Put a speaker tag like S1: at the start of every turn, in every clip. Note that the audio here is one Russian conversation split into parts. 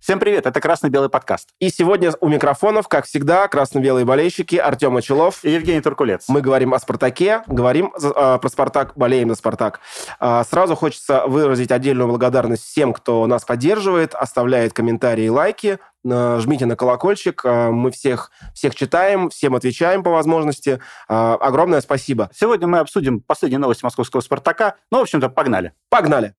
S1: Всем привет, это «Красно-белый подкаст».
S2: И сегодня у микрофонов, как всегда, красно-белые болельщики Артем Очелов.
S1: И Евгений Туркулец.
S2: Мы говорим о «Спартаке», говорим э, про «Спартак», болеем за «Спартак». Э, сразу хочется выразить отдельную благодарность всем, кто нас поддерживает, оставляет комментарии и лайки, э, жмите на колокольчик, э, мы всех, всех читаем, всем отвечаем по возможности. Э, огромное спасибо.
S1: Сегодня мы обсудим последние новости московского «Спартака». Ну, в общем-то, погнали.
S2: Погнали!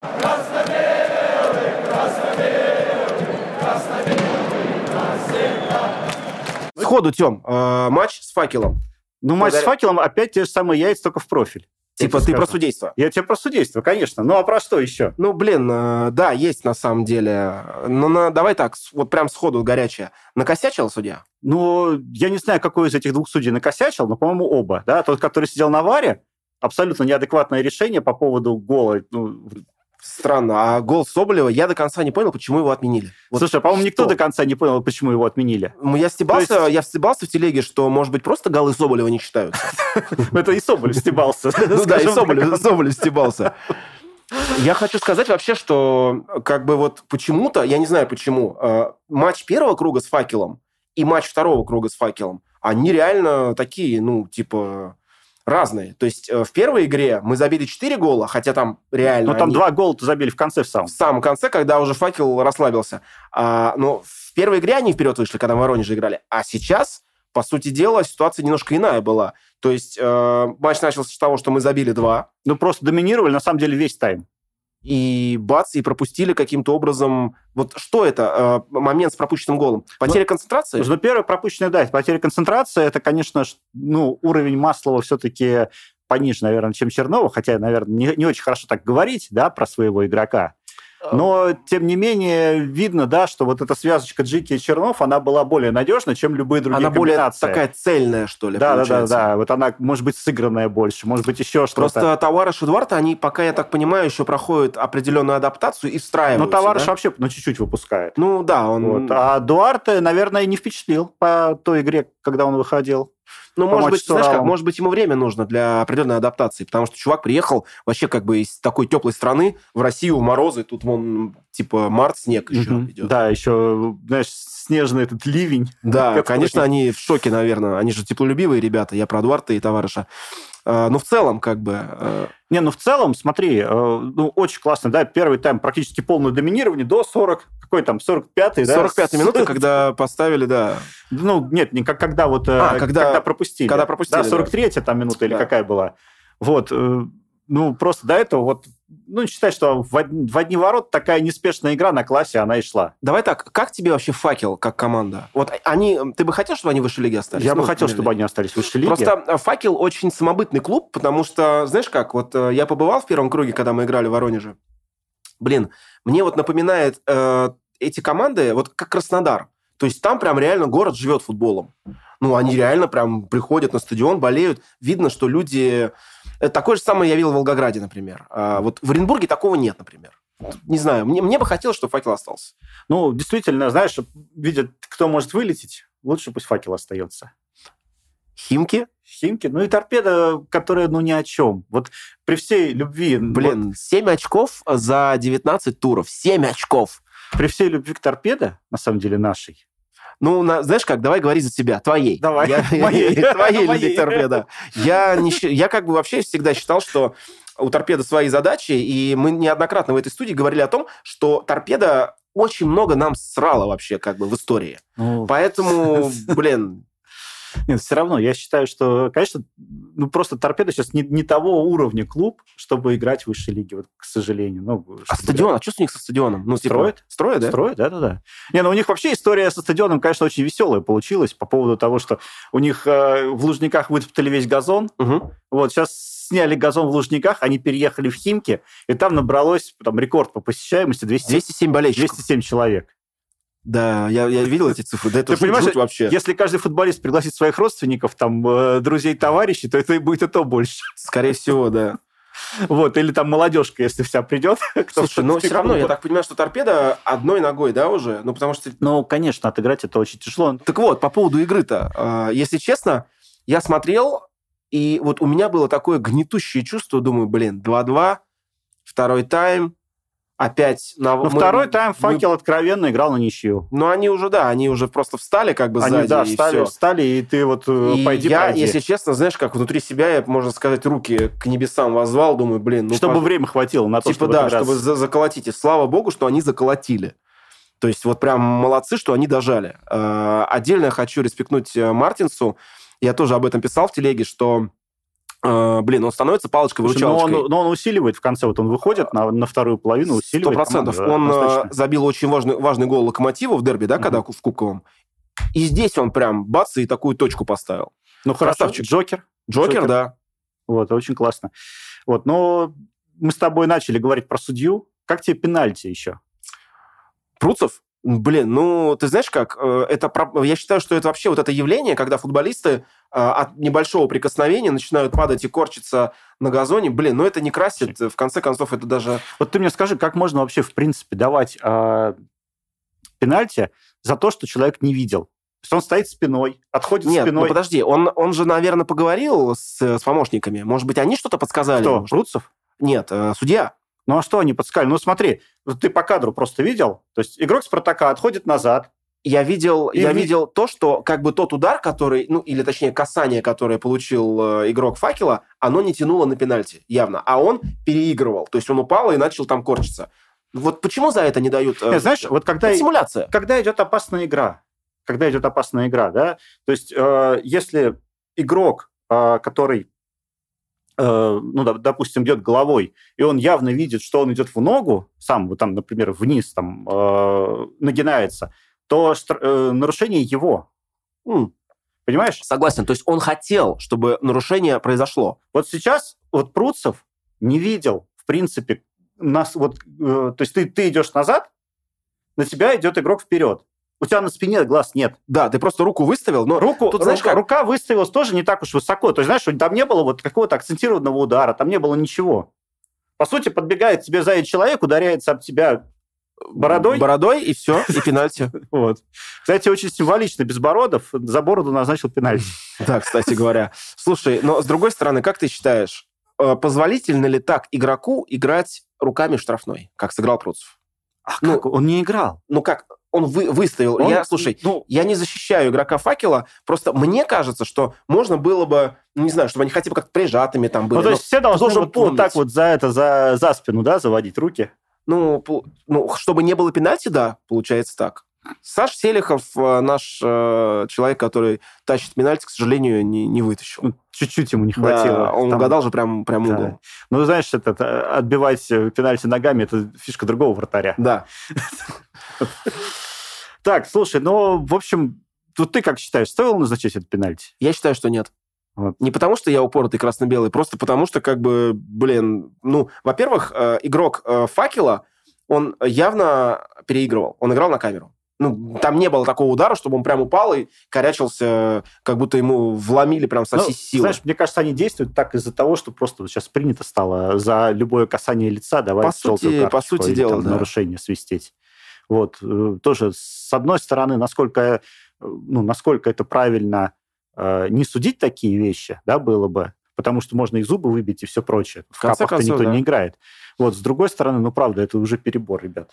S2: Сходу, Тем, э, матч с факелом.
S1: Ну, матч с
S2: Благодаря-
S1: факелом опять те же самые яйца, только в профиль. Я
S2: Типа
S1: тебе
S2: ты
S1: скажу.
S2: про судейство.
S1: Я тебе про судейство, конечно. Ну, а про что еще?
S2: Ну, блин, э, да, есть на самом деле. Но на, давай так, с- вот прям сходу горячее. Накосячил судья?
S1: Ну, я не знаю, какой из этих двух судей накосячил, но, по-моему, оба. Да? Тот, который сидел на варе, абсолютно неадекватное решение по поводу гола. Ну,
S2: Странно. А гол Соболева, я до конца не понял, почему его отменили. Вот
S1: слушай, по-моему, никто
S2: что?
S1: до конца не понял, почему его отменили.
S2: Ну, Я стебался,
S1: То есть-
S2: я стебался в телеге, что, может быть, просто голы Соболева не считают.
S1: Это и Соболев стебался.
S2: Ну да, и
S1: скажем так.
S2: Соболев, Соболев стебался. Я хочу сказать вообще, что как бы вот почему-то, я не знаю почему, э, матч первого круга с факелом и матч второго круга с факелом, они реально такие, ну, типа, разные. То есть э, в первой игре мы забили 4 гола, хотя там реально
S1: Ну, там
S2: они-
S1: два гола-то забили в конце в самом.
S2: в самом конце, когда уже факел расслабился. А, но в первой игре они вперед вышли, когда в Воронеже играли. А сейчас, по сути дела, ситуация немножко иная была. То есть э, матч начался с того, что мы забили два,
S1: Ну, просто доминировали, на самом деле, весь тайм.
S2: и бац, и пропустили каким-то образом... Вот что это? э, момент с пропущенным голом? Потеря концентрации?
S1: Ну, первое пропущенное, да, потеря концентрации, это, конечно, ж, ну, уровень Маслова все-таки пониже, наверное, чем Чернова, хотя, наверное, не, не очень хорошо так говорить, да, про своего игрока.
S2: Э, А.
S1: Но, тем не менее, видно, да, что вот эта связочка Джики и Чернов, она была более надежна, чем любые другие
S2: Она более
S1: комбинации.
S2: такая цельная, что ли,
S1: да, да, да,
S2: получается.
S1: да. Вот она, может быть, сыгранная больше, может быть, еще что-то. Ну,
S2: Просто Товарыш и Эдуард, они, пока я так понимаю, еще проходят определенную адаптацию и встраиваются.
S1: Ну, товарищ
S2: да?
S1: вообще, ну, чуть-чуть выпускает.
S2: Ну да, он...
S1: Вот. А Дуарте, наверное, не впечатлил по той игре, когда он выходил.
S2: Ну,
S1: помочь
S2: может быть, знаешь как,
S1: Суралу.
S2: может быть, ему время нужно для определенной адаптации, потому что чувак приехал вообще как бы из такой теплой страны в Россию в морозы, тут вон типа март, снег еще
S1: Мгм.
S2: идет.
S1: Да, еще, знаешь, снежный этот ливень.
S2: Да,
S1: Который-
S2: конечно, они в шоке, наверное. Они же теплолюбивые ребята, я про Эдуарда и товарища. А, Ну, в целом, как бы... э,
S1: Не, ну в целом, смотри, э, ну очень классно, да, первый тайм практически полное доминирование до 40, какой там, 45-й, да?
S2: 45-я минута, когда поставили, да.
S1: Ну, нет, не как- когда вот... э,
S2: А, когда-
S1: пропустили.
S2: когда пропустили,
S1: Да, 43-я там минута или
S2: Да.
S1: какая была. Вот, э, ну просто до этого вот, ну считай, что в од- в одни ворот такая неспешная игра на классе, она и шла.
S2: Давай так, как тебе вообще факел как команда? Вот они... Ты бы хотел, чтобы они выше лиги остались?
S1: Я бы
S2: Ну,
S1: хотел,
S2: наверное.
S1: чтобы они остались в высшей лиге.
S2: Просто э, «Факел» очень самобытный клуб, потому что, знаешь как, вот э, я побывал в первом круге, когда мы играли в Воронеже. Блин, мне вот напоминает э, эти команды, вот как Краснодар. То есть там прям реально город живет футболом. Ну, они реально прям приходят на стадион, болеют. Видно, что люди... Э, Такое же самое я видел в Волгограде, например. А вот в Оренбурге такого нет, например. Вот Не знаю, мне, мне бы хотелось, чтобы «Факел» остался.
S1: Ну, действительно, знаешь, видят, кто может вылететь, лучше пусть факел остается.
S2: Химки?
S1: Химки, ну и торпеда, которая, ну, ни о чем. Вот при всей любви... вот
S2: Блин, 7 очков за 19 туров. 7 очков!
S1: при всей любви к торпеде, на самом деле, нашей.
S2: Ну, на- знаешь как, давай говори за себя, твоей.
S1: Давай.
S2: Я-
S1: Моей. Ну,
S2: Твоей
S1: Моей.
S2: любви к торпедо. Я, не, щи- я как бы вообще всегда считал, что у торпеда свои задачи, и мы неоднократно в этой студии говорили о том, что торпеда очень много нам срала вообще как бы в истории. Поэтому, блин,
S1: Ну, Нет, все равно, я считаю, что, конечно, ну просто торпеда сейчас не, не того уровня клуб, чтобы играть в высшей лиге, вот, к сожалению. Ну,
S2: а
S1: чтобы
S2: стадион, а что у них со стадионом? Ну, типа,
S1: Строят?
S2: Строят, да?
S1: Строят, да-да-да. Не, ну у них вообще история со стадионом, конечно, очень веселая получилась по поводу того, что у них э, в Лужниках вытоптали весь газон,
S2: Мгм.
S1: Вот, сейчас сняли газон в Лужниках, они переехали в Химки, и там набралось там, рекорд по посещаемости 200,
S2: 207 болельщиков.
S1: 207 человек.
S2: Да, я, я видел эти цифры. Да это
S1: Ты
S2: жуть-
S1: понимаешь,
S2: жуть вообще.
S1: Если каждый футболист пригласит своих родственников, там, э, друзей, товарищей, то это и будет и то больше.
S2: Скорее всего, да.
S1: Вот, или там молодежка, если вся придет. кто
S2: Слушай,
S1: в
S2: но все равно, я так понимаю, что торпеда одной ногой, да, уже? Ну, потому что
S1: Ну, конечно, отыграть это очень тяжело.
S2: Так вот, по поводу игры-то. э, Если честно, я смотрел, и вот у меня было такое гнетущее чувство. Думаю, блин, 2-2, второй тайм. опять... На...
S1: Ну, второй тайм факел откровенно играл на ничью.
S2: Но они уже, да, они уже просто встали как бы
S1: Они,
S2: сзади,
S1: да,
S2: и
S1: встали,
S2: всё.
S1: встали, и ты вот э,
S2: И
S1: пойди,
S2: я,
S1: пройди.
S2: если честно, знаешь, как внутри себя, я, можно сказать, руки к небесам возвал, думаю, блин, ну...
S1: чтобы
S2: пож-
S1: время хватило на то,
S2: типа,
S1: чтобы
S2: да,
S1: отыграться.
S2: чтобы за- заколотить. И слава богу, что они заколотили. То есть вот прям молодцы, что они дожали. Э, Отдельно хочу респектнуть э, Мартинсу. Я тоже об этом писал в телеге, что, э, блин, он становится
S1: Слушай, но,
S2: палочкой-выручалочкой.
S1: он, э, но он усиливает в конце, вот он выходит на, на вторую половину,
S2: Сто
S1: усиливает.
S2: процентов.
S1: команду, да,
S2: Он э,
S1: однозначно.
S2: забил очень важный, важный гол Локомотива в дерби, да,
S1: Мгм.
S2: когда в Кубковом. И здесь он прям бац, и такую точку поставил.
S1: Ну хорошо,
S2: красавчик.
S1: Джокер.
S2: Джокер,
S1: Джокер.
S2: да.
S1: Вот, очень классно. Вот, но мы с тобой начали говорить про судью. Как тебе пенальти еще?
S2: Пруцев? Блин, ну, ты знаешь как, э, это, про- я считаю, что это вообще вот это явление, когда футболисты э, от небольшого прикосновения начинают падать и корчиться на газоне. Блин, ну это не красит, в конце концов, это даже...
S1: Вот ты мне скажи, как можно вообще, в принципе, давать а, пенальти за то, что человек не видел? То есть он стоит спиной, отходит
S2: Нет, ну
S1: спиной.
S2: подожди, он, он же, наверное, поговорил с, с помощниками. Может быть, они что-то подсказали?
S1: Кто?
S2: ему?
S1: Руцев?
S2: Нет, э, судья.
S1: Ну а что они подсказали? Ну смотри, вот ты по кадру просто видел. То есть игрок Спартака отходит назад.
S2: Я видел,
S1: И
S2: я
S1: в-
S2: видел то, что как бы тот удар, который, ну или точнее касание, которое получил э, игрок факела, оно не тянуло на пенальти явно, а он переигрывал, то есть он упал и начал там корчиться. Вот почему за это не дают? э,
S1: Нет, знаешь, вот когда...
S2: это симуляция.
S1: когда идет опасная игра, когда идет опасная игра, да, то есть э, если игрок, э, который, э, ну, доп- допустим, идет головой, и он явно видит, что он идет в ногу, сам вот там, например, вниз там э, нагинается, то штр- э, нарушение его,
S2: М,
S1: понимаешь?
S2: согласен, то есть он хотел, чтобы нарушение произошло.
S1: Вот сейчас вот Пруцев не видел, в принципе, нас вот, э, то есть ты, ты идешь назад, на тебя идет игрок вперед. У тебя на спине глаз нет.
S2: Да, ты просто руку выставил, но
S1: Руку,
S2: Тут, знаешь,
S1: рука,
S2: как-
S1: рука выставилась тоже не так уж высоко. То есть, знаешь, там не было вот какого-то акцентированного удара, там не было ничего. По сути, подбегает тебе сзади человек, ударяется об тебя. бородой?
S2: бородой и все, и пенальти.
S1: Вот. Кстати, очень символично. Безбородов за бороду назначил пенальти.
S2: Да, кстати говоря. Слушай, но с другой стороны, как ты считаешь, э, позволительно ли так игроку играть руками в штрафной, как сыграл Пруцев? А
S1: Ну, он не играл.
S2: ну как, он вы, выставил.
S1: Он-
S2: я, слушай,
S1: ну,
S2: я не защищаю игрока факела, просто мне кажется, что можно было бы, ну, не знаю, чтобы они хотя бы как-то прижатыми там были.
S1: ну, то есть все должны
S2: должен
S1: вот, вот
S2: помнить.
S1: так вот за это, за, за спину, да, заводить руки.
S2: Ну, пу- ну, чтобы не было пенальти, да, получается так. Саш Селихов, э, наш э, человек, который тащит пенальти, к сожалению, не, не вытащил.
S1: Ну, Чуть-чуть ему не
S2: Да,
S1: хватило.
S2: он
S1: Там-
S2: угадал же прям, прям
S1: Да.
S2: угол.
S1: Ну, знаешь, это, это, отбивать э, пенальти ногами, это фишка другого вратаря.
S2: Да.
S1: Так, слушай, ну, в общем, вот ты как считаешь, стоило назначить этот пенальти?
S2: Я считаю, что нет.
S1: Вот.
S2: Не потому, что я упоротый красно-белый, просто потому, что, как бы, блин, ну, во-первых, э, игрок э, факела, он явно переигрывал. Он играл на камеру. Ну, там не было такого удара, чтобы он прям упал и корячился, как будто ему вломили прям со
S1: Ну,
S2: всей силы.
S1: Знаешь, мне кажется, они действуют так из-за того, что просто вот сейчас принято стало за любое касание лица давать
S2: По сути-
S1: желтую
S2: по
S1: карточку
S2: сути
S1: или
S2: дела,
S1: там
S2: да.
S1: нарушение свистеть. Вот. э, Тоже, с одной стороны, насколько, э, ну, насколько это правильно э, не судить такие вещи, да, было бы, потому что можно и зубы выбить, и все прочее. В,
S2: В конце
S1: капах-то
S2: концов,
S1: никто
S2: да.
S1: не играет. Вот, с другой стороны, ну, правда, это уже перебор, ребят.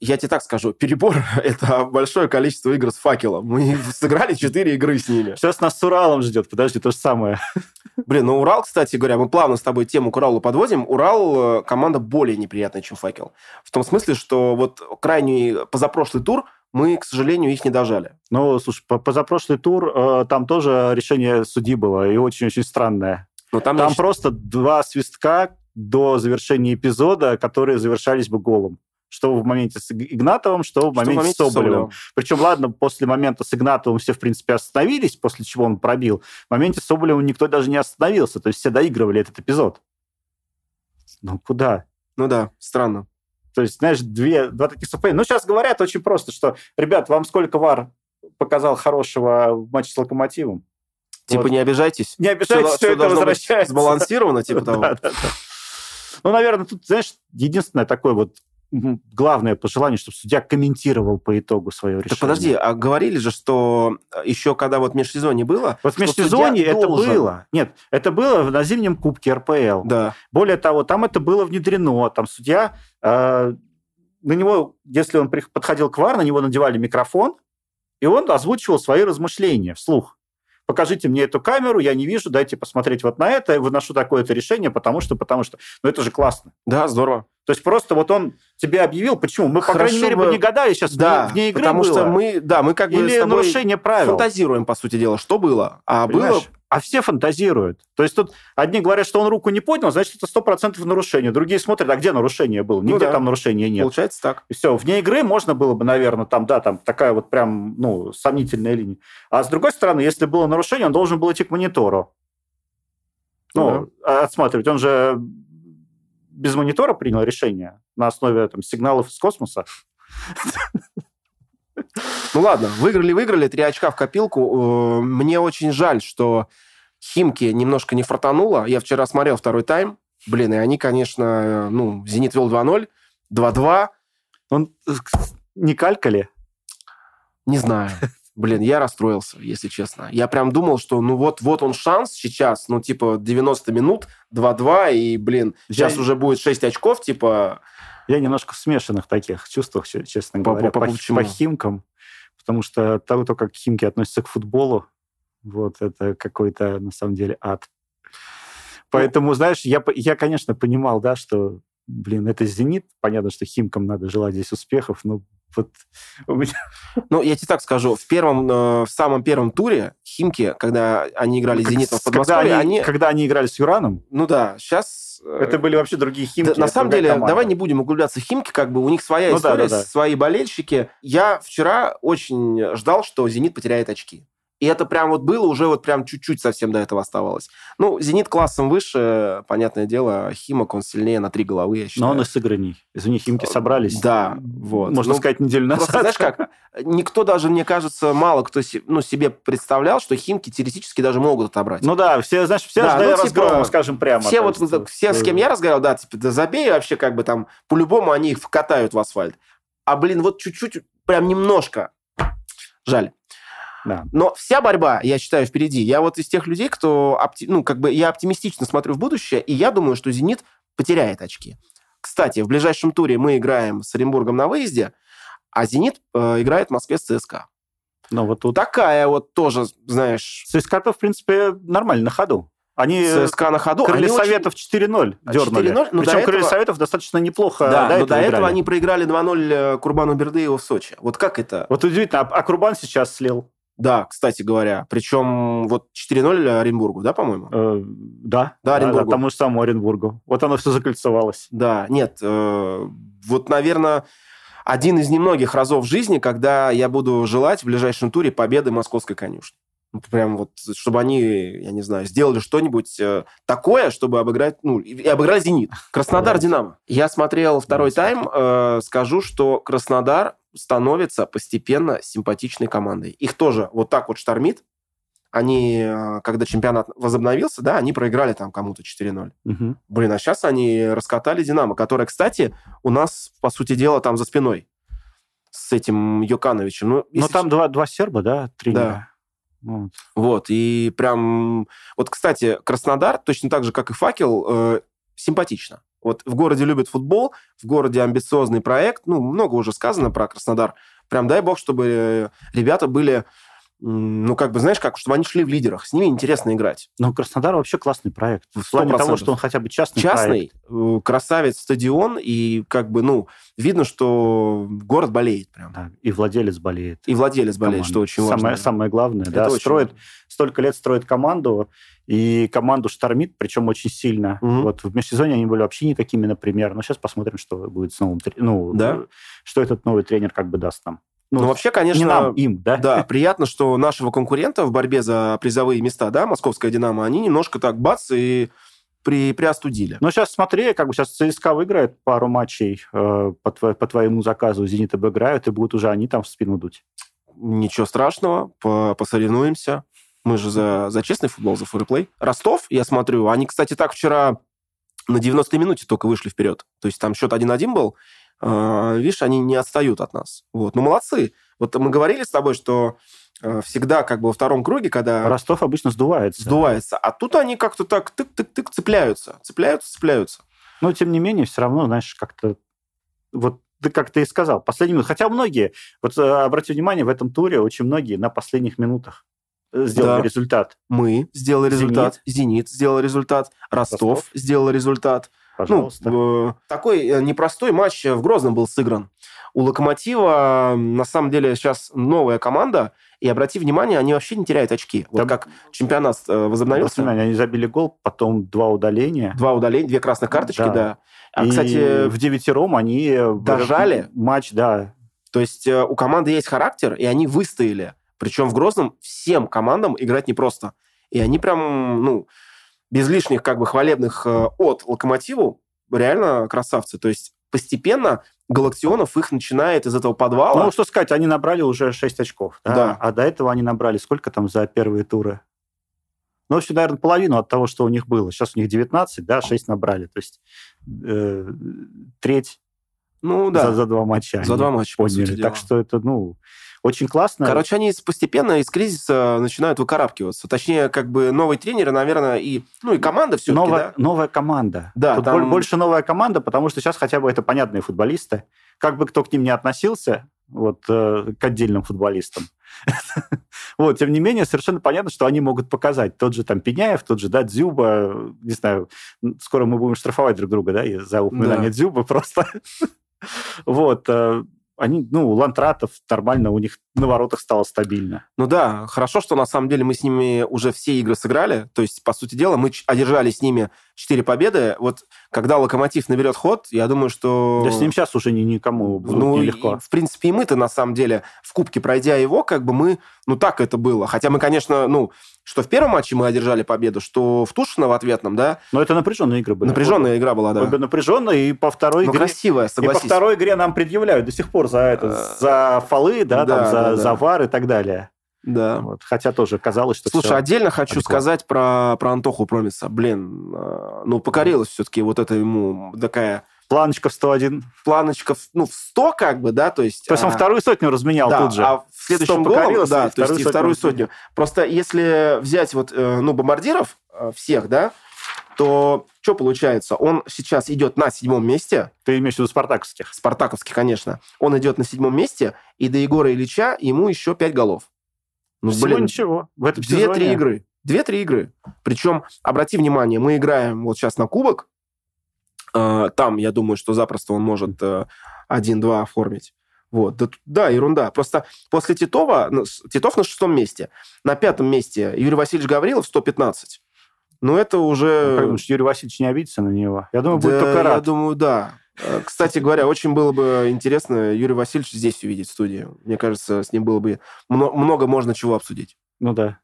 S2: Я тебе так скажу, перебор — это большое количество игр с факелом. Мы сыграли 4 игры с ними.
S1: Сейчас нас с Уралом ждет, подожди, то же самое.
S2: Блин, ну Урал, кстати говоря, мы плавно с тобой тему к Уралу подводим. Урал э, команда более неприятная, чем Факел. В том смысле, что вот крайний позапрошлый тур мы, к сожалению, их не дожали.
S1: Ну, слушай, по- позапрошлый тур, э, там тоже решение судьи было, и очень-очень странное.
S2: Но там,
S1: Там
S2: я
S1: просто два свистка до завершения эпизода, которые завершались бы голом. Что в моменте с Иг- Игнатовым, что в
S2: считаю, что в
S1: моменте,
S2: моменте
S1: с Соболевым.
S2: Соболевым.
S1: Причем, ладно, после момента с Игнатовым все, в принципе, остановились, после чего он пробил. В моменте с Соболевым никто даже не остановился. То есть все доигрывали этот эпизод. Ну, куда?
S2: Ну да, странно.
S1: То есть, знаешь, две, два таких совпадения. Ну, сейчас говорят очень просто, что, ребят, вам сколько ВАР показал хорошего в матче с Локомотивом?
S2: Типа
S1: Вот.
S2: не обижайтесь.
S1: Не обижайтесь,
S2: Всё-
S1: что
S2: всё
S1: это
S2: должно быть
S1: возвращается.
S2: Сбалансировано, типа
S1: Да,
S2: того.
S1: да, да. Ну, наверное, тут, знаешь, единственное такое вот главное пожелание, чтобы судья комментировал по итогу свое решение.
S2: Так подожди, а говорили же, что еще когда вот межсезонье было...
S1: Вот в
S2: что
S1: межсезонье
S2: судья
S1: это
S2: должен.
S1: было. Нет, это было на зимнем кубке РПЛ.
S2: Да.
S1: Более того, там это было внедрено. Там судья, э, на него, если он прих- подходил к ВАР, на него надевали микрофон, и он озвучивал свои размышления вслух. Покажите мне эту камеру, я не вижу, дайте посмотреть вот на это, я выношу такое-то решение, потому что, потому что. Ну, это же классно.
S2: Да, здорово.
S1: То есть просто вот он тебе объявил, почему. Мы, по
S2: Хорошо
S1: крайней мере,
S2: бы-
S1: бы не гадали сейчас,
S2: Да,
S1: вне игры
S2: потому
S1: было.
S2: что мы, да, мы как бы
S1: Или
S2: с тобой
S1: нарушение правил.
S2: фантазируем, по сути дела, что было. А было...
S1: Понимаешь? А все фантазируют. То есть тут одни говорят, что он руку не поднял, значит, это 100% нарушение. Другие смотрят, а где нарушение было? Нигде
S2: да.
S1: там нарушения нет.
S2: Получается так.
S1: И все, вне игры можно было бы, наверное, там, да, там такая вот прям, ну, сомнительная линия. А с другой стороны, если было нарушение, он должен был идти к монитору. Ну, отсматривать. Он же без монитора принял решение на основе там, сигналов из космоса.
S2: Ну ладно, выиграли-выиграли, три очка в копилку. Э, Мне очень жаль, что Химки немножко не фартануло. Я вчера смотрел второй тайм. Блин, и они, конечно, э, ну, Зенит вел 2-0, 2-2,
S1: Он э, не калькали?
S2: не знаю. Блин, я расстроился, если честно. Я прям думал, что ну вот, вот он шанс сейчас, ну типа 90 минут, 2-2, и, блин, сейчас
S1: Я-
S2: уже будет 6 очков, типа...
S1: Я немножко в смешанных таких чувствах, че- честно
S2: По-
S1: говоря,
S2: по-
S1: по,
S2: по-
S1: хи-
S2: почему?
S1: по химкам. Потому что от того, то, как химки относятся к футболу, вот это какой-то, на самом деле, ад. Поэтому, знаешь, я, по- я, конечно, понимал, да, что, блин, это «Зенит». Понятно, что химкам надо желать здесь успехов, но вот у меня...
S2: Ну, я тебе так скажу, в первом, э, в самом первом туре Химки, когда они играли
S1: Ну,
S2: с
S1: как-
S2: Зенитом в
S1: когда,
S2: Подмосковье,
S1: они,
S2: они...
S1: когда они играли с Юраном,
S2: Ну да, э, сейчас...
S1: это были вообще другие химки.
S2: на самом
S1: другая
S2: деле,
S1: команда.
S2: давай не будем углубляться в Химки, как бы у них своя
S1: Ну да,
S2: история,
S1: да, да.
S2: свои болельщики. Я вчера очень ждал, что Зенит потеряет очки. И это прям вот было, уже вот прям чуть-чуть совсем до этого оставалось. Ну, Зенит классом выше, понятное дело, Химок, он сильнее на три головы, я считаю.
S1: Но он и сыгранней. Извини, химки собрались.
S2: Э, Да, вот.
S1: Можно
S2: Ну,
S1: сказать, неделю назад.
S2: Просто, знаешь как, никто даже, мне кажется, мало кто се- ну, себе представлял, что Химки теоретически даже могут отобрать.
S1: Ну да, все, знаешь, все
S2: Да,
S1: ждали
S2: ну, типа,
S1: разгрома, скажем прямо.
S2: все
S1: То
S2: вот,
S1: есть, э,
S2: вот так, все, с кем я разговаривал, да, типа, да забей вообще, как бы там, по-любому они их вкатают в асфальт. А, блин, вот чуть-чуть, прям немножко. Жаль.
S1: Да.
S2: Но вся борьба, я считаю, впереди. Я вот из тех людей, кто, опти- ну, как бы, я оптимистично смотрю в будущее, и я думаю, что «Зенит» потеряет очки. Кстати, в ближайшем туре мы играем с Оренбургом на выезде, а «Зенит» э, играет в Москве с ЦСКА.
S1: Ну вот тут...
S2: Такая вот тоже, знаешь,
S1: ЦСКА, -то, в принципе, нормально на ходу. Они
S2: ЦСКА на ходу.
S1: крылья
S2: ну, Они очень-
S1: советов 4-0
S2: А,
S1: дернули.
S2: 4:0? Ну, до
S1: Причем крылья
S2: этого-
S1: советов достаточно неплохо
S2: Да,
S1: до
S2: но
S1: этого
S2: до этого
S1: играли.
S2: они проиграли 2-0 э, Курбану Бердыеву в Сочи. Вот как это?
S1: Вот удивительно, а, а Курбан сейчас слил.
S2: Да, кстати говоря. Причем вот 4-0 Оренбургу, да, по-моему?
S1: Э, да,
S2: Да, Оренбургу.
S1: тому же самому Оренбургу. Вот оно все закольцевалось.
S2: Да, нет. э, вот, наверное, один из немногих разов в жизни, когда я буду желать в ближайшем туре победы московской конюшни. Ну, Прям вот, чтобы они, я не знаю, сделали что-нибудь э, такое, чтобы обыграть, ну, и и обыграть «Зенит». Краснодар,
S1: Да.
S2: «Динамо». Я смотрел второй тайм, э, скажу, что Краснодар становится постепенно симпатичной командой. Их тоже вот так вот штормит. Они, э, когда чемпионат возобновился, да, они проиграли там кому-то 4-0.
S1: Мгм.
S2: Блин, а сейчас они раскатали «Динамо», которая, кстати, у нас, по сути дела, там за спиной с этим Йокановичем. Ну,
S1: Но
S2: если
S1: там два, два серба, да, тренера. Вот.
S2: ч- Вот, и прям... Вот, кстати, Краснодар, точно так же, как и «Факел», э, симпатично. Вот в городе любят футбол, в городе амбициозный проект. Ну, много уже сказано про Краснодар. Прям дай бог, чтобы э, ребята были... м, Ну, как бы, знаешь как, чтобы они шли в лидерах. С ними интересно играть.
S1: Но Ну, Краснодар вообще классный проект. В плане
S2: 100%.
S1: того, что он хотя бы частный, проект.
S2: частный, э, красавец стадион, и как бы, ну, видно, что город болеет прям.
S1: Да, И владелец болеет.
S2: И владелец болеет,
S1: команды.
S2: что очень важно.
S1: Самое, самое главное,
S2: Это
S1: да,
S2: очень
S1: строит
S2: важно.
S1: столько лет строит команду, и команду штормит, причем очень сильно.
S2: Мгм.
S1: Вот в межсезонье они были вообще никакими, например. Но сейчас посмотрим, что будет с новым, тре- ну,
S2: Да.
S1: что этот новый тренер как бы даст нам. Ну,
S2: Ну, вообще, конечно,
S1: не нам, им, да?
S2: да, приятно, что нашего конкурента в борьбе за призовые места, да, московская «Динамо», они немножко так бац и при, приостудили.
S1: Но сейчас смотри, как бы сейчас ЦСКА выиграет пару матчей э, по, тво- по твоему заказу, «Зенит» обыграют, и будут уже они там в спину дуть.
S2: Ничего страшного, по- посоревнуемся. Мы же за, за честный футбол, за фэрплей. Ростов, я смотрю, они, кстати, так вчера на 90-й минуте только вышли вперед. То есть там счет 1-1 был, А, видишь, они не отстают от нас. Вот. Ну, молодцы. Вот мы говорили с тобой, что а, всегда как бы во втором круге, когда...
S1: Ростов обычно сдувается.
S2: Сдувается. А тут они как-то так тык-тык-тык цепляются. Цепляются, цепляются.
S1: Но, тем не менее, все равно, знаешь, как-то вот ты как ты и сказал, последние минуты. Хотя многие, вот э, обрати внимание, в этом туре очень многие на последних минутах э, сделали да. результат.
S2: Мы сделали Зенит. результат. Зенит сделал результат. Ростов, Ростов. сделал результат.
S1: Пожалуйста. Ну,
S2: такой э, непростой матч в Грозном был сыгран. У Локомотива, на самом деле, сейчас новая команда. И обрати внимание, они вообще не теряют очки. Там... Вот как чемпионат э, возобновился.
S1: Внимание, они забили гол, потом два удаления.
S2: Два удаления, две красных карточки, да. да. э,
S1: А, и кстати, в девятером они...
S2: Дожали.
S1: Матч, да.
S2: То есть э, у команды есть характер, и они выстояли. Причем в Грозном всем командам играть непросто. И они прям, ну, без лишних как бы хвалебных э, от Локомотиву, реально красавцы. То есть постепенно Галактионов их начинает из этого подвала.
S1: Ну, что сказать, они набрали уже 6 очков. Да? да. А до этого они набрали сколько там за первые туры? Ну, вообще, наверное, половину от того, что у них было. Сейчас у них 19, да, 6 набрали. То есть э, треть
S2: ну, да.
S1: за, за два матча.
S2: За два матча,
S1: подняли. Сути, так что это, ну, очень классно.
S2: Короче, они постепенно из кризиса начинают выкарабкиваться. Точнее, как бы новый тренер, наверное, и ну и команда все
S1: новая,
S2: да?
S1: новая команда.
S2: Да,
S1: Тут там... больше новая команда, потому что сейчас хотя бы это понятные футболисты. Как бы кто к ним не относился, вот э, к отдельным футболистам. вот, тем не менее, совершенно понятно, что они могут показать. Тот же там Пеняев, тот же, да, Дзюба, не знаю, скоро мы будем штрафовать друг друга, да, за упоминание да. Дзюба просто. вот, они, ну, Лантратов нормально, у них на воротах стало стабильно.
S2: Ну да, хорошо, что на самом деле мы с ними уже все игры сыграли. То есть, по сути дела, мы одержали с ними 4 победы. Вот когда Локомотив наберет ход, я думаю, что...
S1: Да с ним сейчас уже ни, никому будет ну, нелегко.
S2: И, в принципе, и мы-то, на самом деле, в Кубке, пройдя его, как бы мы... Ну так это было. Хотя мы, конечно, ну, что в первом матче мы одержали победу, что в Тушино в ответном, да.
S1: Но это напряженная игра была.
S2: Напряженная игра была, да.
S1: Обе напряженная, и по второй
S2: Но
S1: игре...
S2: красивая,
S1: И
S2: согласись.
S1: по второй игре нам предъявляют до сих пор за это, за фолы, да, да там, за, да, да. за вар и так далее.
S2: Да.
S1: Вот. Хотя тоже казалось, что
S2: Слушай, отдельно хочу адекватно. сказать про, про Антоху Промиса. Блин, ну, покорилась все-таки вот это ему такая...
S1: Планочка в 101.
S2: Планочка, в, ну, в 100 как бы, да, то есть...
S1: То есть он а... вторую сотню разменял
S2: да,
S1: тут же.
S2: а в следующем голом, да, то есть и вторую сотню. сотню. Просто если взять вот, ну, бомбардиров всех, да, то что получается? Он сейчас идет на седьмом месте.
S1: Ты имеешь в виду спартаковских?
S2: Спартаковских, конечно. Он идет на седьмом месте, и до Егора Ильича ему еще пять голов.
S1: Ну, Всего блин, ничего. В этом
S2: две-три сезоне... игры. Две-три игры. Причем, обрати внимание, мы играем вот сейчас на кубок. А, Там, я думаю, что запросто он может 1-2 оформить. Вот. Да, да, ерунда. Просто после Титова... ну, Титов на шестом месте. На пятом месте Юрий Васильевич Гаврилов 115. Ну, это уже...
S1: Ну, как думаешь, Юрий Васильевич не обидится на него? Я думаю, да, будет только рад.
S2: Я думаю, да. Э, Кстати говоря, очень было бы интересно Юрий Васильевич здесь увидеть в студии. Мне кажется, с ним было бы много можно чего обсудить.
S1: Ну да.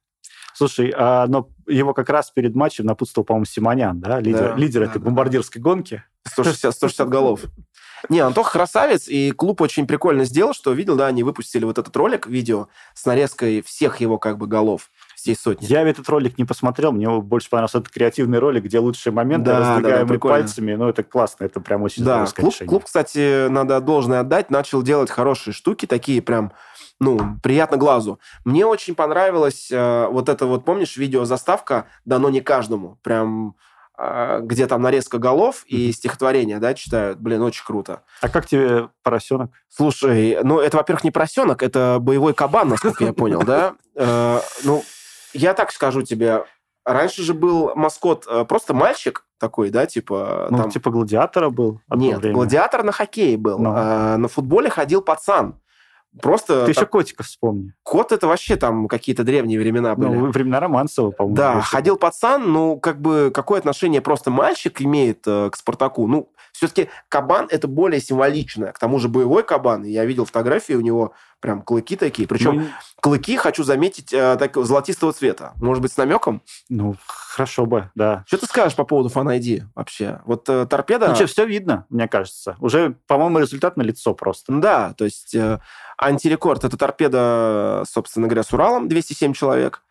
S1: Слушай, а, но его как раз перед матчем напутствовал, по-моему, Симонян, да? Лидер, да, лидер да, этой да. бомбардирской гонки.
S2: 160, 160 голов. Не, Антох красавец, и клуб очень прикольно сделал, что видел, да, они выпустили вот этот ролик, видео, с нарезкой всех его как бы голов всей сотни.
S1: Я этот ролик не посмотрел, мне больше понравился этот креативный ролик, где лучшие моменты да, раздвигаемые да, да, пальцами. Ну, это классно, это прям очень
S2: да, клуб, решение. клуб, кстати, надо должное отдать, начал делать хорошие штуки, такие прям, ну, приятно глазу. Мне очень понравилось э, вот это вот, помнишь, видеозаставка «Дано не каждому». Прям э, где там нарезка голов и стихотворение, да, читают. Блин, очень круто.
S1: А как тебе поросенок?
S2: Слушай, ну, это, во-первых, не поросенок, это боевой кабан, насколько я понял, да? Ну, я так скажу тебе, раньше же был маскот э, просто мальчик такой, да, типа...
S1: Ну, там... типа гладиатора был?
S2: Нет, время. гладиатор на хоккее был. Но. А, на футболе ходил пацан. Просто...
S1: Ты так... еще котиков вспомни.
S2: Кот это вообще там какие-то древние времена были.
S1: Ну, времена Романцева, по-моему.
S2: А, Да, вообще. ходил пацан, ну, как бы, какое отношение просто мальчик имеет э, к Спартаку? Ну, все-таки кабан это более символичное. К тому же боевой кабан, я видел фотографии, у него прям клыки такие. Причем ну, клыки, хочу заметить, э, так, золотистого цвета. Может быть, с намеком?
S1: Ну, хорошо бы, да.
S2: Что ты скажешь по поводу Fan ID вообще? Вот э, торпеда...
S1: Ну что, все видно, мне кажется. Уже, по-моему, результат на лицо просто.
S2: Да, то есть э, антирекорд это торпеда, собственно говоря, с Уралом, 207 человек.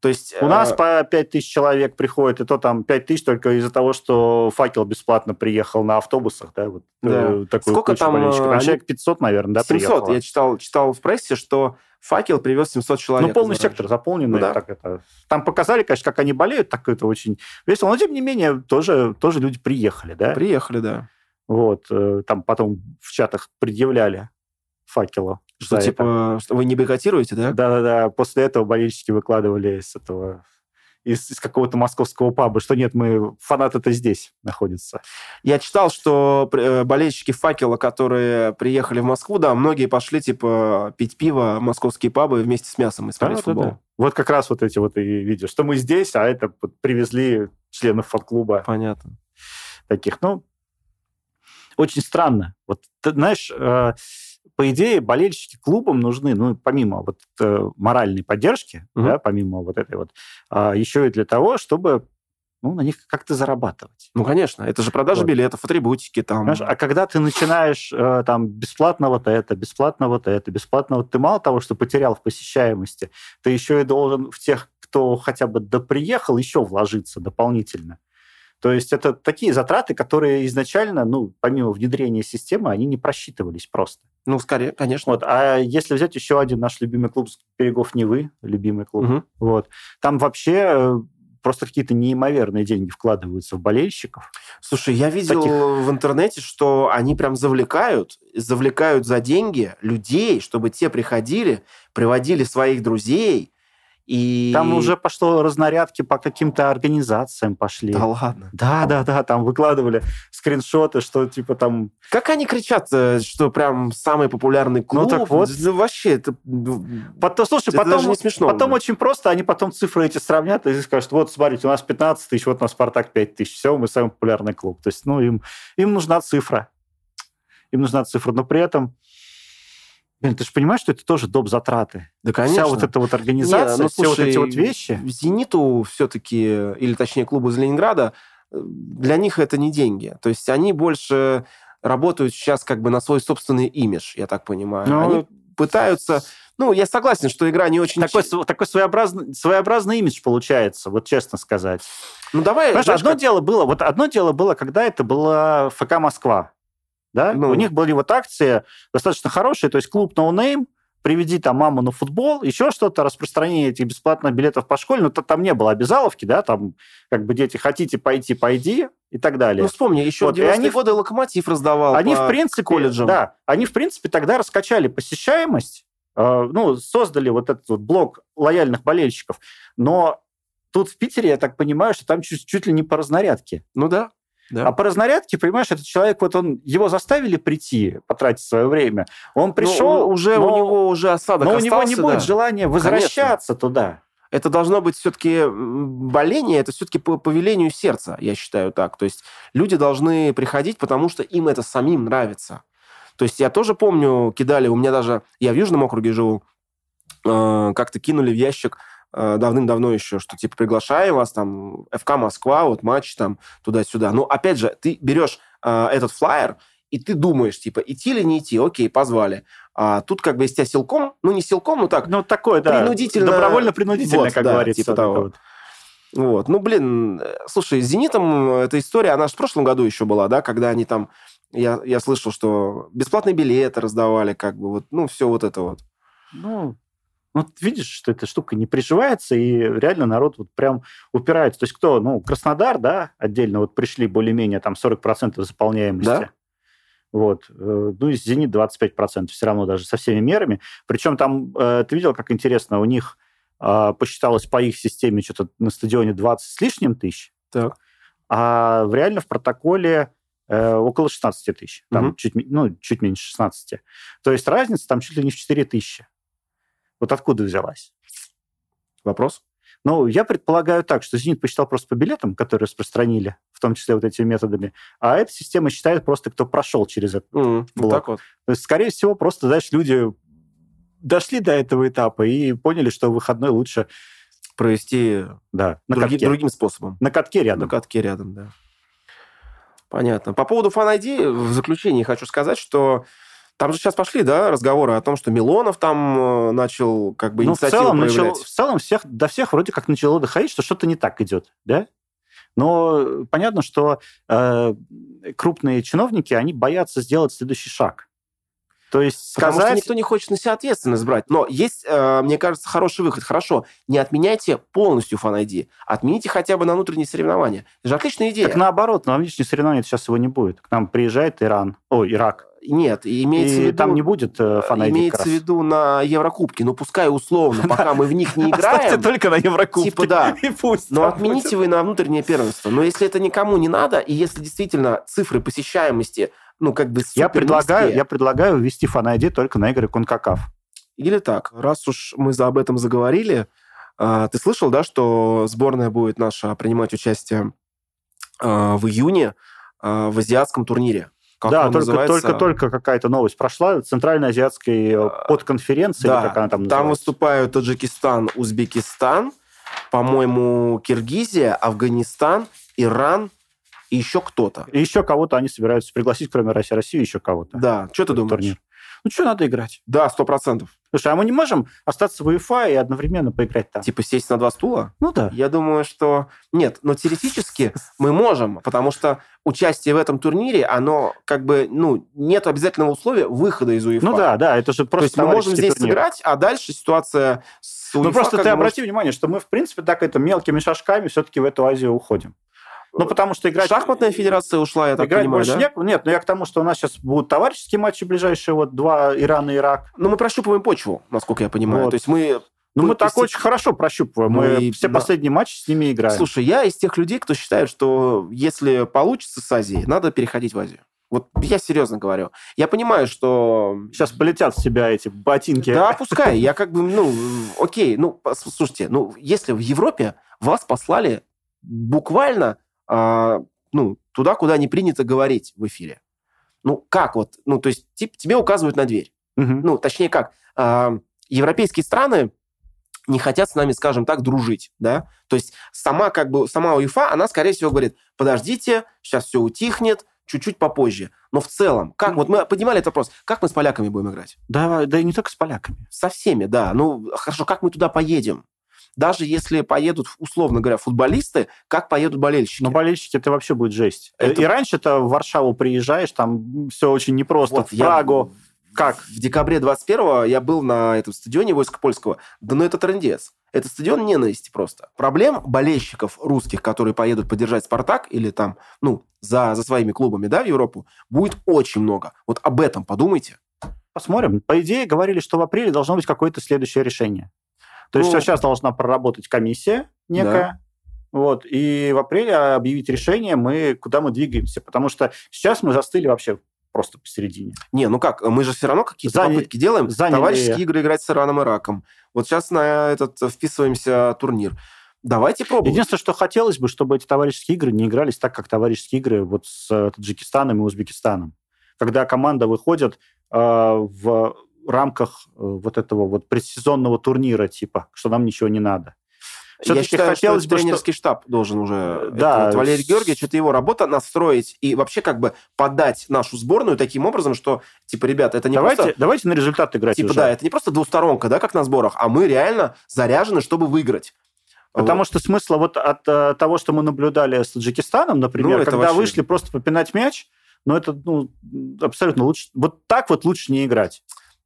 S2: То есть,
S1: У нас
S2: э,
S1: по 5 тысяч человек приходит, и то там 5 тысяч только из-за того, что факел бесплатно приехал на автобусах, да, вот
S2: Да.
S1: э, такую
S2: Сколько
S1: кучу
S2: там,
S1: болельщиков.
S2: э,
S1: Там
S2: они-
S1: человек 500, наверное, да,
S2: 700.
S1: приехало. Ну,
S2: Я читал, читал в прессе, что факел привез 700 человек.
S1: Ну, полный
S2: из
S1: сектор заполненный.
S2: Ну да.
S1: так это. Там показали, конечно, как они болеют, так это очень весело. Но, тем не менее, тоже, тоже люди приехали, да?
S2: Воронежа. Приехали, да.
S1: Вот. э, Там потом в чатах предъявляли факела. за
S2: Что,
S1: это.
S2: типа, что вы не бойкотируете, да?
S1: Да-да-да, после этого болельщики выкладывали из этого из, из какого-то московского паба, что нет, мы фанаты это здесь находится.
S2: Я читал, что э, болельщики факела, которые приехали в Москву, да, многие пошли, типа, пить пиво, в московские пабы вместе с мясом и смотреть футбол.
S1: Вот как раз вот эти вот и видео, что мы здесь, а это вот привезли членов фан-клуба
S2: Понятно.
S1: таких. Ну, очень странно. Вот ты знаешь, э, по идее, болельщики клубам нужны, ну, помимо вот э, моральной поддержки,
S2: Мгм.
S1: да, помимо вот этой вот, а еще и для того, чтобы ну, на них как-то зарабатывать.
S2: Ну, конечно, это же продажа
S1: Вот.
S2: билетов, атрибутики там.
S1: Понимаешь, а когда ты начинаешь э, там бесплатно вот это, бесплатно вот это, бесплатно вот ты мало того, что потерял в посещаемости, ты еще и должен в тех, кто хотя бы доприехал, еще вложиться дополнительно. То есть это такие затраты, которые изначально, ну, помимо внедрения системы, они не просчитывались просто.
S2: Ну, скорее, конечно.
S1: Вот. А если взять еще один наш любимый клуб с берегов Невы, любимый клуб,
S2: Мгм.
S1: вот, там вообще э, просто какие-то неимоверные деньги вкладываются в болельщиков.
S2: Слушай, я видел
S1: Таких.
S2: в интернете, что они прям завлекают, завлекают за деньги людей, чтобы те приходили, приводили своих друзей и...
S1: Там уже пошло разнарядки по каким-то организациям пошли.
S2: Да ладно.
S1: Да, да, да, там выкладывали скриншоты, что типа там...
S2: Как они кричат, э, что прям самый популярный клуб?
S1: так вот.
S2: Ну, вообще, это...
S1: ну, Потом, слушай,
S2: Это
S1: потом,
S2: даже не смешно
S1: потом
S2: уже.
S1: очень просто, они потом цифры эти сравнят и скажут, вот, смотрите, у нас 15 тысяч, вот у нас «Спартак» 5 тысяч, все, мы самый популярный клуб. То есть, ну, им, им нужна цифра. Им нужна цифра, но при этом... Блин, ты же понимаешь, что это тоже доп. затраты.
S2: Да, конечно.
S1: Вся вот эта вот организация,
S2: Не, ну,
S1: все вот эти
S2: слушай,
S1: вот вещи.
S2: «Зениту» все-таки, или точнее клубу из Ленинграда, э, для них это не деньги. То есть они больше работают сейчас как бы на свой собственный имидж, я так понимаю.
S1: Ну,
S2: они пытаются... Ну, я согласен, что игра не очень...
S1: Такой, св- такой своеобразный, своеобразный имидж получается, вот честно сказать.
S2: Ну, давай...
S1: Знаешь,
S2: знаешь,
S1: одно
S2: как-
S1: дело было, вот одно дело было, когда это была ФК Москва, да?
S2: Ну.
S1: У них были вот акции достаточно хорошие, то есть клуб No Name, приведи там маму на футбол, еще что-то, распространение этих бесплатных билетов по школе, но та- там не было обязаловки, да, там как бы дети, хотите пойти, пойди и так далее.
S2: Ну, вспомни, еще
S1: Вот,
S2: в
S1: и
S2: 90-е
S1: они-
S2: годы «Локомотив» раздавал
S1: Они,
S2: по
S1: в принципе,
S2: колледжам.
S1: Да, они, в принципе, тогда раскачали посещаемость, э, ну, создали вот этот вот блок лояльных болельщиков, но тут в Питере, я так понимаю, что там чуть, чуть ли не по разнарядке.
S2: Ну, да. да.
S1: А по разнарядке, понимаешь, этот человек, вот он, его заставили прийти, потратить свое время. Он пришел,
S2: Ну, уже
S1: но-
S2: у него уже осадок
S1: но у
S2: остался,
S1: него не будет
S2: да.
S1: желания возвращаться туда.
S2: Это должно быть все-таки боление, это все-таки по, по велению сердца, я считаю так. То есть люди должны приходить, потому что им это самим нравится. То есть я тоже помню, кидали, у меня даже, я в Южном округе живу, э, как-то кинули в ящик э, давным-давно еще, что типа приглашаю вас там, ФК Москва, вот матч там, туда-сюда. Но опять же, ты берешь э, этот флаер, и ты думаешь, типа, идти или не идти, окей, позвали. А тут как бы если тебя силком, ну не силком, ну так,
S1: Ну, такое, да.
S2: Принудительно.
S1: Добровольно-принудительно,
S2: Вот,
S1: как
S2: да,
S1: говорится.
S2: типа
S1: вот это
S2: того.
S1: вот.
S2: Вот. Ну, блин, э, слушай, с «Зенитом» э, эта история, она же в прошлом году еще была, да, когда они там, я, я слышал, что бесплатные билеты раздавали, как бы, вот, ну, все вот это вот.
S1: Ну, вот видишь, что эта штука не приживается, и реально народ вот прям упирается. То есть кто? Ну, Краснодар, да, отдельно вот пришли более-менее там 40% заполняемости.
S2: Да.
S1: Вот. Э, Ну, и «Зенит» 25% все равно даже со всеми мерами. Причем там, э, ты видел, как интересно, у них э, посчиталось по их системе что-то на стадионе 20 с лишним тысяч,
S2: Так.
S1: а в- реально в протоколе э, около 16 тысяч. Там
S2: Мгм.
S1: чуть, ми- ну, чуть меньше 16. То есть разница там чуть ли не в 4 тысячи. Вот откуда взялась?
S2: Вопрос?
S1: Ну, я предполагаю так, что «Зенит» посчитал просто по билетам, которые распространили, в том числе вот этими методами, а эта система считает просто, кто прошел через это.
S2: М, Вот
S1: Блок.
S2: так вот.
S1: То есть, скорее всего, просто, знаешь, люди дошли до этого этапа и поняли, что выходной лучше
S2: Провести
S1: да, на,
S2: други-
S1: катке.
S2: другим способом.
S1: на катке
S2: На
S1: рядом.
S2: катке рядом, да. Понятно. По поводу Fan ID в заключении хочу сказать, что Там же сейчас пошли, да, разговоры о том, что Милонов там э, начал как бы
S1: Ну, в
S2: инициативу
S1: целом, начало-
S2: проявлять.
S1: в целом всех, до всех вроде как начало доходить, что что-то не так идет, да? Но понятно, что э, крупные чиновники, они боятся сделать следующий шаг. То есть
S2: Потому что
S1: сказать...
S2: никто не хочет на себя ответственность брать. Но есть, э, мне кажется, хороший выход. Хорошо, не отменяйте полностью фан-ID. Отмените хотя бы на внутренние соревнования. Это же отличная идея.
S1: Так наоборот, на внешние соревнования сейчас его не будет. К нам приезжает Иран, о, Ирак,
S2: Нет, и имеется в
S1: и
S2: виду...
S1: там не будет э, фанайди
S2: имеется в виду на Еврокубке. Ну, пускай условно, пока мы в них не играем,
S1: только на Еврокубке.
S2: Типа да.
S1: И пусть
S2: но
S1: там
S2: отмените
S1: будет.
S2: вы на внутреннее первенство. Но если это никому не надо, и если действительно цифры посещаемости, ну, как бы
S1: Я
S2: супер
S1: предлагаю,
S2: низкие,
S1: я предлагаю ввести фанайди только на игры Конкакаф.
S2: Или так, раз уж мы за об этом заговорили, а, ты слышал, да, что сборная будет наша принимать участие а, в июне а, в азиатском турнире? Как
S1: да,
S2: он
S1: только,
S2: называется?
S1: только, только какая-то новость прошла. Центральноазиатской э,
S2: А,
S1: подконференции,
S2: да,
S1: или как она там
S2: Там
S1: называется.
S2: выступают Таджикистан, Узбекистан, по-моему, Киргизия, Афганистан, Иран и еще кто-то.
S1: И еще кого-то они собираются пригласить, кроме России, Россию, еще кого-то.
S2: Да, что ты
S1: в
S2: думаешь?
S1: турнир. Ну, что надо играть?
S2: Да, сто процентов.
S1: Слушай, а мы не можем остаться в УЕФА и одновременно поиграть там?
S2: Типа сесть на два стула?
S1: Ну да.
S2: Я думаю, что нет, но теоретически мы можем, потому что участие в этом турнире, оно как бы, ну, нет обязательного условия выхода из УЕФА.
S1: Ну да, да, это же
S2: То
S1: просто
S2: есть мы можем
S1: товарищеский
S2: здесь
S1: турнир.
S2: сыграть, а дальше ситуация с
S1: Ну
S2: УЕФА
S1: просто
S2: как
S1: ты
S2: бы
S1: обрати внимание, что мы, в принципе, так это мелкими шажками все-таки в эту Азию уходим. Ну потому что
S2: может-
S1: играть...
S2: Шахматная федерация ушла, я так
S1: играть
S2: понимаю,
S1: больше
S2: да?
S1: некуда. Нет, но я к тому, что у нас сейчас будут товарищеские матчи ближайшие, вот два, Иран и Ирак.
S2: Но мы прощупываем почву, насколько я понимаю.
S1: Вот.
S2: То есть мы...
S1: Ну,
S2: Ну,
S1: мы
S2: то
S1: так
S2: есть-
S1: очень хорошо прощупываем.
S2: Ну
S1: мы
S2: и
S1: все
S2: да.
S1: последние матчи с ними играем.
S2: Слушай, я из тех людей, кто считает, что если получится с Азией, надо переходить в Азию. Вот я серьезно говорю. Я понимаю, что
S1: Сейчас полетят с себя эти ботинки.
S2: Да, пускай. Я как бы, ну, окей. Ну, пос- слушайте, ну, если в Европе вас послали буквально, а, ну, туда, куда не принято говорить в эфире. Ну, как вот? Ну, то есть тип- тебе указывают на дверь.
S1: Мгм.
S2: Ну, точнее как, а, европейские страны не хотят с нами, скажем так, дружить, да? То есть сама как бы, сама УЕФА, она, скорее всего, говорит, подождите, сейчас все утихнет, чуть-чуть попозже. Но в целом, как, вот мы поднимали этот вопрос, как мы с поляками будем играть?
S1: да, да и не только с поляками.
S2: Со всеми, да. Ну, хорошо, как мы туда поедем? Даже если поедут, условно говоря, футболисты, как поедут болельщики?
S1: Но болельщики это вообще будет жесть. Э,
S2: Это-
S1: И раньше-то в Варшаву приезжаешь, там все очень непросто.
S2: Вот
S1: в
S2: я
S1: Прагу. Как?
S2: В декабре 21-го я был на этом стадионе войска польского. Да ну это трендец. Это стадион ненависти просто. Проблем болельщиков русских, которые поедут поддержать «Спартак» или там, ну, за, за своими клубами, да, в Европу, будет очень много. Вот об этом подумайте.
S1: Посмотрим. По идее, говорили, что в апреле должно быть какое-то следующее решение. То есть
S2: Ну-
S1: сейчас должна проработать комиссия некая. Вот. И в апреле объявить решение, мы, куда мы двигаемся. Потому что сейчас мы застыли вообще просто посередине.
S2: Не, ну как, мы же все равно какие-то
S1: Заня-
S2: попытки делаем.
S1: заняли-
S2: Товарищеские игры играть с Ираном и Ираком. Вот сейчас на этот э, вписываемся турнир. Давайте пробовать.
S1: Единственное, что хотелось бы, чтобы эти товарищеские игры не игрались так, как товарищеские игры вот с э, Таджикистаном и Узбекистаном. Когда команда выходит э, в рамках э, вот этого вот предсезонного турнира, типа, что нам ничего не надо.
S2: Я
S1: Всё-таки
S2: считаю,
S1: хотелось
S2: что
S1: бы, что-
S2: тренерский штаб должен уже... э,
S1: Да.
S2: это вот Валерий Георгиевич, это его работа настроить и вообще как бы подать нашу сборную таким образом, что, типа, ребята, это не
S1: давайте,
S2: просто...
S1: давайте на результат играть
S2: Типа,
S1: уже.
S2: да, это не просто двусторонка, да, как на сборах, а мы реально заряжены, чтобы выиграть.
S1: Потому что смысла вот от э, того, что мы наблюдали с Таджикистаном, например,
S2: Ну, это
S1: когда
S2: вообще-
S1: вышли просто попинать мяч, ну, это ну, абсолютно лучше... Вот так вот лучше не играть.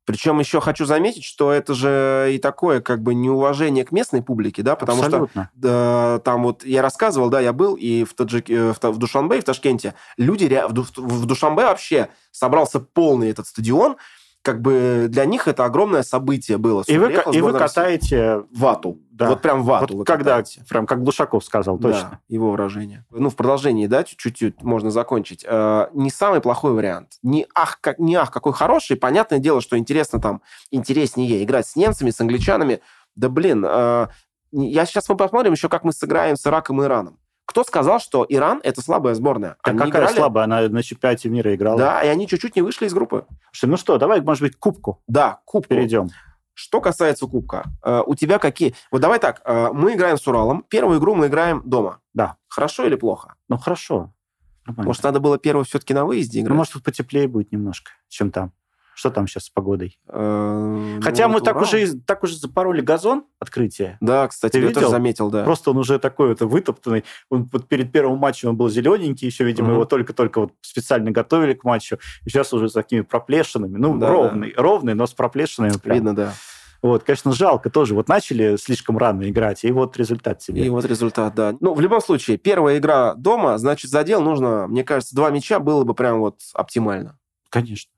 S2: Причем еще хочу заметить, что это же и такое как бы неуважение к местной публике, да, потому что
S1: абсолютно.
S2: Да, там вот я рассказывал, да, я был и в, Таджик... э, в Та- в Душанбе, и в Ташкенте. Люди ре- в, Ду- в Душанбе вообще собрался полный этот стадион. Как бы для них это огромное событие было.
S1: И вы,
S2: Приехала
S1: и вы
S2: сборная России.
S1: катаете...
S2: вату.
S1: Да.
S2: Вот прям вату. вы
S1: вот когда,
S2: катаете.
S1: прям как Глушаков сказал, точно.
S2: Да, его выражение. Ну, в продолжении, да, чуть-чуть можно закончить. Э, не самый плохой вариант. Не ах, как, не ах, какой хороший. Понятное дело, что интересно там, интереснее играть с немцами, с англичанами. Да, блин, э, не- я сейчас мы посмотрим еще, как мы сыграем с Ираком и Ираном. Кто сказал, что Иран – это слабая сборная?
S1: Так
S2: Они
S1: какая
S2: А играли-
S1: слабая, она на чемпионате мира играла.
S2: Да, и они чуть-чуть не вышли из группы.
S1: Слушай, ну что, давай, может быть, к кубку
S2: Да, кубку.
S1: перейдем.
S2: Что касается Кубка, э, у тебя какие... Вот давай так, э, мы играем с Уралом. Первую игру мы играем дома.
S1: Да.
S2: Хорошо или плохо?
S1: Ну хорошо. Нормально.
S2: Может, надо было первую все-таки на выезде
S1: ну,
S2: играть?
S1: может, тут потеплее будет немножко, чем там. Что там сейчас с погодой?
S2: Э,
S1: Хотя
S2: ну,
S1: мы
S2: вот
S1: так
S2: Урал.
S1: уже, так уже запороли газон открытие.
S2: Да, кстати,
S1: Ты
S2: я тоже
S1: видел?
S2: заметил, да.
S1: Просто он уже такой вот вытоптанный. Он вот перед первым матчем он был зелененький, еще, видимо,
S2: Мгм.
S1: его только-только вот специально готовили к матчу. И сейчас уже с такими проплешинами. Ну,
S2: Да, да.
S1: ровный, ровный, но с проплешинами прям.
S2: Видно, да.
S1: Вот, конечно, жалко тоже. Вот начали слишком рано играть, и вот результат тебе.
S2: И вот результат, да. Ну, в любом случае, первая игра дома, значит, задел нужно, мне кажется, два мяча было бы прям вот оптимально.
S1: Конечно.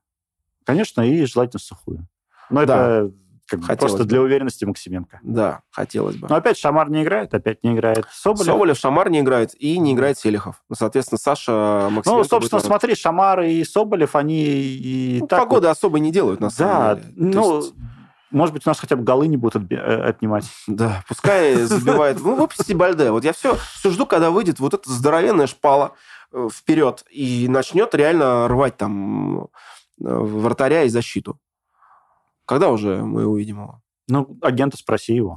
S1: Конечно, и желательно сухую. Но
S2: Да.
S1: это как бы
S2: Хотелось
S1: просто
S2: бы.
S1: для уверенности Максименко.
S2: Да, хотелось бы.
S1: Но опять Шамар не играет, опять не играет А Соболев.
S2: Соболев, Шамар не играет и не играет Селихов. Ну, Соответственно, Саша Максименко...
S1: Ну, собственно,
S2: будет на-
S1: смотри, Шамар и Соболев, они и
S2: Ну,
S1: так вот-
S2: Погоды особо не делают, на самом
S1: Да,
S2: деле. То
S1: ну,
S2: есть,
S1: может быть, у нас хотя бы голы не будут отби- э, отнимать.
S2: Да, пускай забивает. Ну, выпусти Бальде. Вот я все, все жду, когда выйдет вот эта здоровенная шпала э, вперед и начнет реально рвать там э, вратаря и защиту. Когда уже мы увидим его?
S1: Ну, агента спроси его.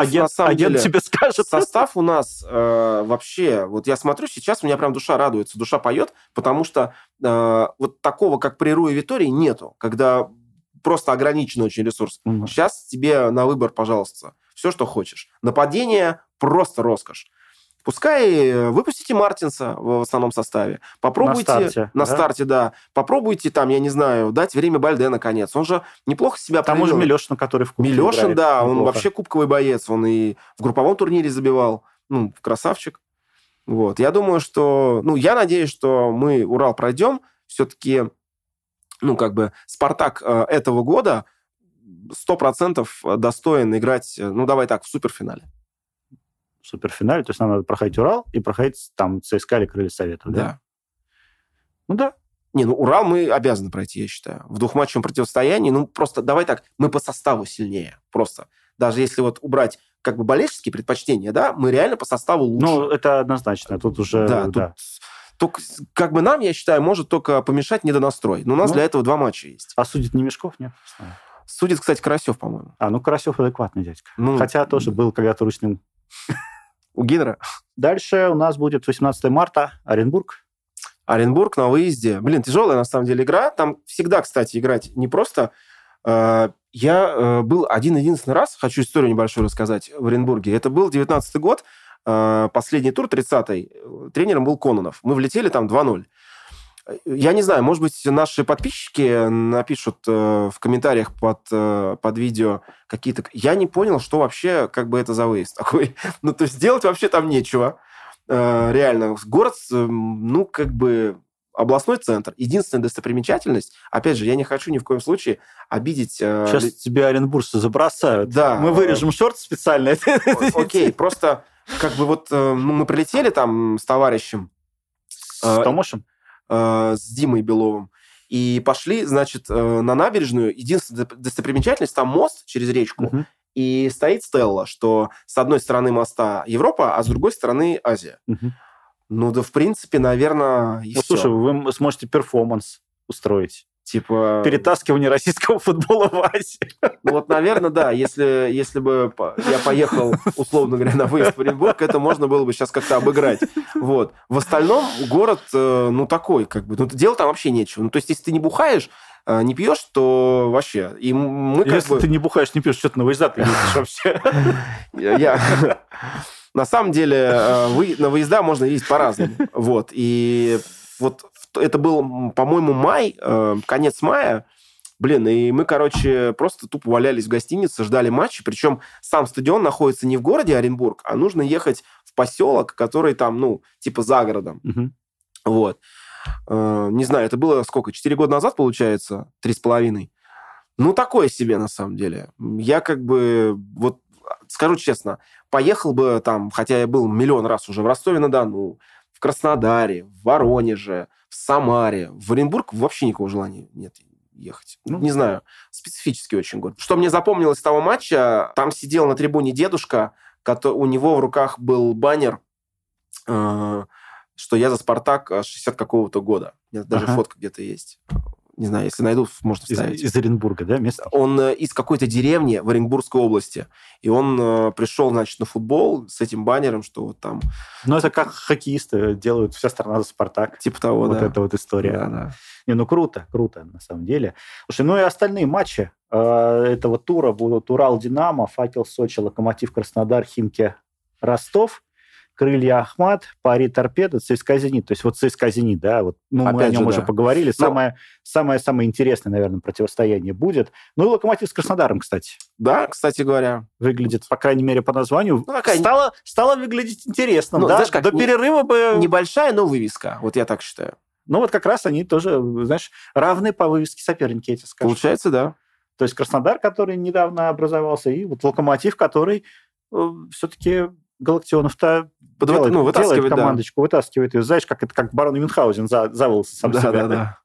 S1: А- агент,
S2: на самом
S1: агент
S2: деле,
S1: тебе скажет.
S2: состав у нас э, вообще, вот я смотрю, сейчас у меня прям душа радуется, душа поет, потому что э, вот такого, как при Руе Витории, нету, когда просто ограничен очень ресурс.
S1: Мгм.
S2: Сейчас тебе на выбор, пожалуйста, все, что хочешь. Нападение просто роскошь. Пускай э, выпустите Мартинса в основном составе. Попробуйте
S1: На старте, да?
S2: на старте, да. Попробуйте там, я не знаю, дать время Бальде наконец. Он же неплохо себя
S1: К тому же
S2: проявил.
S1: Милешин, который в кубке
S2: Милешин,
S1: играет.
S2: да, он
S1: Неплохо.
S2: вообще кубковый боец, он и в групповом турнире забивал, ну, красавчик. Вот, я думаю, что, ну, я надеюсь, что мы Урал пройдем, все-таки, ну, как бы, Спартак э, этого года 100% достоин играть, э, ну, давай так, в суперфинале.
S1: в суперфинале. То есть нам надо проходить Урал и проходить там ЦСКА или Крылья Совета, да? Ну да.
S2: Не, ну, Урал мы обязаны пройти, я считаю. В двухматчевом противостоянии, ну, просто давай так, мы по составу сильнее, просто. Даже если вот убрать как бы болельщические предпочтения, да, мы реально по составу лучше.
S1: Ну, это однозначно. Тут уже...
S2: Да,
S1: Да,
S2: тут только, с- как бы нам, я считаю, может только помешать недонастрой. Но у нас
S1: Ну.
S2: для этого два матча есть.
S1: А судит не Мешков, нет? Не знаю.
S2: Судит, кстати, Карасев, по-моему.
S1: А, ну Карасев адекватный дядька.
S2: Ну,
S1: Хотя тоже
S2: да.
S1: был когда-то ручным.
S2: У Гидра.
S1: Дальше у нас будет 18 марта Оренбург.
S2: Оренбург на выезде. Блин, тяжелая на самом деле игра. Там всегда, кстати, играть не просто. Э, Я э, был один-единственный раз, хочу историю небольшую рассказать, в Оренбурге. Это был 19 год, э, последний тур, 30-й. Э, Тренером был Кононов. Мы влетели там 2-0. Э, Я не знаю, может быть, наши подписчики напишут э, в комментариях под, э, под видео какие-то... Я не понял, что вообще, как бы это за выезд такой. Ну, то есть делать вообще там нечего. Э, реально, город, э, м, ну, как бы областной центр. Единственная достопримечательность, опять же, я не хочу ни в коем случае обидеть... э,
S1: Сейчас
S2: ли-
S1: тебе оренбуржцы забросают.
S2: Да.
S1: Мы вырежем шорт специально.
S2: О- Окей, просто как бы вот э, ну, мы прилетели там с товарищем,
S1: С
S2: А,
S1: Томошем?
S2: э, с Димой Беловым, и пошли, значит, э, на набережную. Единственная доп- достопримечательность, там мост через речку,
S1: Мгм.
S2: и стоит стелла, что с одной стороны моста Европа, а с другой стороны Азия.
S1: Мгм.
S2: Ну да, в принципе, наверное, и
S1: Ну,
S2: всё.
S1: слушай, вы м- сможете перформанс устроить.
S2: типа...
S1: Перетаскивание российского футбола в Азию.
S2: Ну вот, наверное, да, если, если бы по- я поехал, условно говоря, на выезд в Оренбург, это можно было бы сейчас как-то обыграть. Вот. В остальном город, э, ну, такой, как бы, ну, делать там вообще нечего. Ну, то есть, если ты не бухаешь, э, не пьешь, то вообще. И мы Ну, как
S1: Если
S2: бы...
S1: ты не бухаешь, не пьешь, что ты на выезда ездишь вообще.
S2: Я- Я... На самом деле, э, вы- на выезда можно ездить по-разному. Вот. И вот в т- это был, м, по-моему, май, э, конец мая. Блин, и мы, короче, просто тупо валялись в гостинице, ждали матча. Причем сам стадион находится не в городе Оренбург, а нужно ехать в поселок, который там, ну, типа за городом.
S1: Мгм.
S2: Вот. Э, Не знаю, это было сколько? Четыре года назад, получается? Три с половиной. Ну, такое себе, на самом деле. Я как бы, вот, скажу честно, поехал бы там, хотя я был миллион раз уже в Ростове-на-Дону, в Краснодаре, в Воронеже, в Самаре. В Оренбург вообще никакого желания нет ехать. Ну, не знаю, специфический очень город. Что мне запомнилось с того матча, там сидел на трибуне дедушка, кото- у него в руках был баннер э, что я за «Спартак» а, 60 э, какого-то года. У меня даже
S1: Ага.
S2: фотка где-то есть. не знаю, если найду, можно
S1: Из,
S2: вставить.
S1: из Оренбурга, да, место?
S2: Он э, из какой-то деревни в Оренбургской области. И он э, пришел, значит, на футбол с этим баннером, что вот там,
S1: Ну, это как хоккеисты делают вся страна за «Спартак».
S2: типа того,
S1: вот
S2: да.
S1: эта вот история.
S2: Да, да.
S1: Не, ну круто, круто, на самом деле. Слушай, ну и остальные матчи э, этого тура будут Урал-Динамо, Факел Сочи, Локомотив Краснодар, Химки Ростов, Крылья Ахмат, Пари Торпеда, ЦСКА Зенит. То есть вот ЦСКА Зенит, да, вот, ну мы
S2: Опять
S1: о нем
S2: же,
S1: уже
S2: да.
S1: поговорили.
S2: Ну-
S1: Самое, самое, самое интересное, наверное, противостояние будет. Ну и Локомотив с Краснодаром, кстати.
S2: Да, кстати говоря.
S1: Выглядит, по крайней мере, по названию.
S2: Ну, такая-
S1: стало, стало выглядеть интересно,
S2: Ну,
S1: да?
S2: знаешь, как
S1: До
S2: не-
S1: перерыва бы...
S2: Небольшая, но вывеска. Вот я так считаю.
S1: Ну вот как раз они тоже, знаешь, равны по вывеске соперники, эти скажу.
S2: Получается, да.
S1: То есть Краснодар, который недавно образовался, и вот Локомотив, который все-таки Галактионов-то
S2: Под-
S1: делает,
S2: ну,
S1: делает
S2: вытаскивает, да.
S1: командочку, вытаскивает ее. Знаешь, как это как барон Мюнхгаузен за, за волосы сам
S2: да,
S1: себя.
S2: да, да.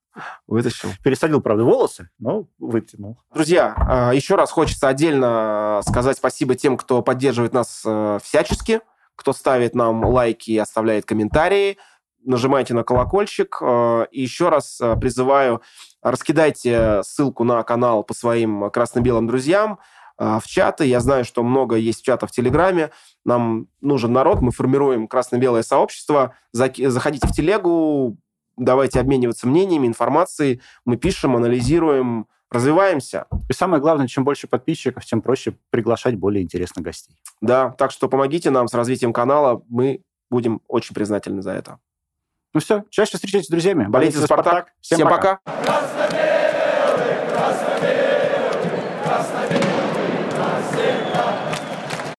S2: Вытащил.
S1: Пересадил, правда, волосы, но вытянул.
S2: Друзья, а, еще раз хочется отдельно э, сказать спасибо тем, кто поддерживает нас э, всячески, кто ставит нам лайки и оставляет комментарии. Нажимайте на колокольчик. э, И еще раз э, призываю, раскидайте ссылку на канал по своим красно-белым друзьям э, в чаты. Я знаю, что много есть чатов в Телеграме. Нам нужен народ, мы формируем красно-белое сообщество. Заки- Заходите в Телегу, давайте обмениваться мнениями, информацией. Мы пишем, анализируем, развиваемся.
S1: И самое главное, чем больше подписчиков, тем проще приглашать более интересных гостей.
S2: Да, так что помогите нам с развитием канала. Мы будем очень признательны за это.
S1: Ну все, чаще встречайтесь с друзьями.
S2: Болейте за «Спартак». Всем, пока.
S1: пока.
S3: Красно-белый, красно-белый.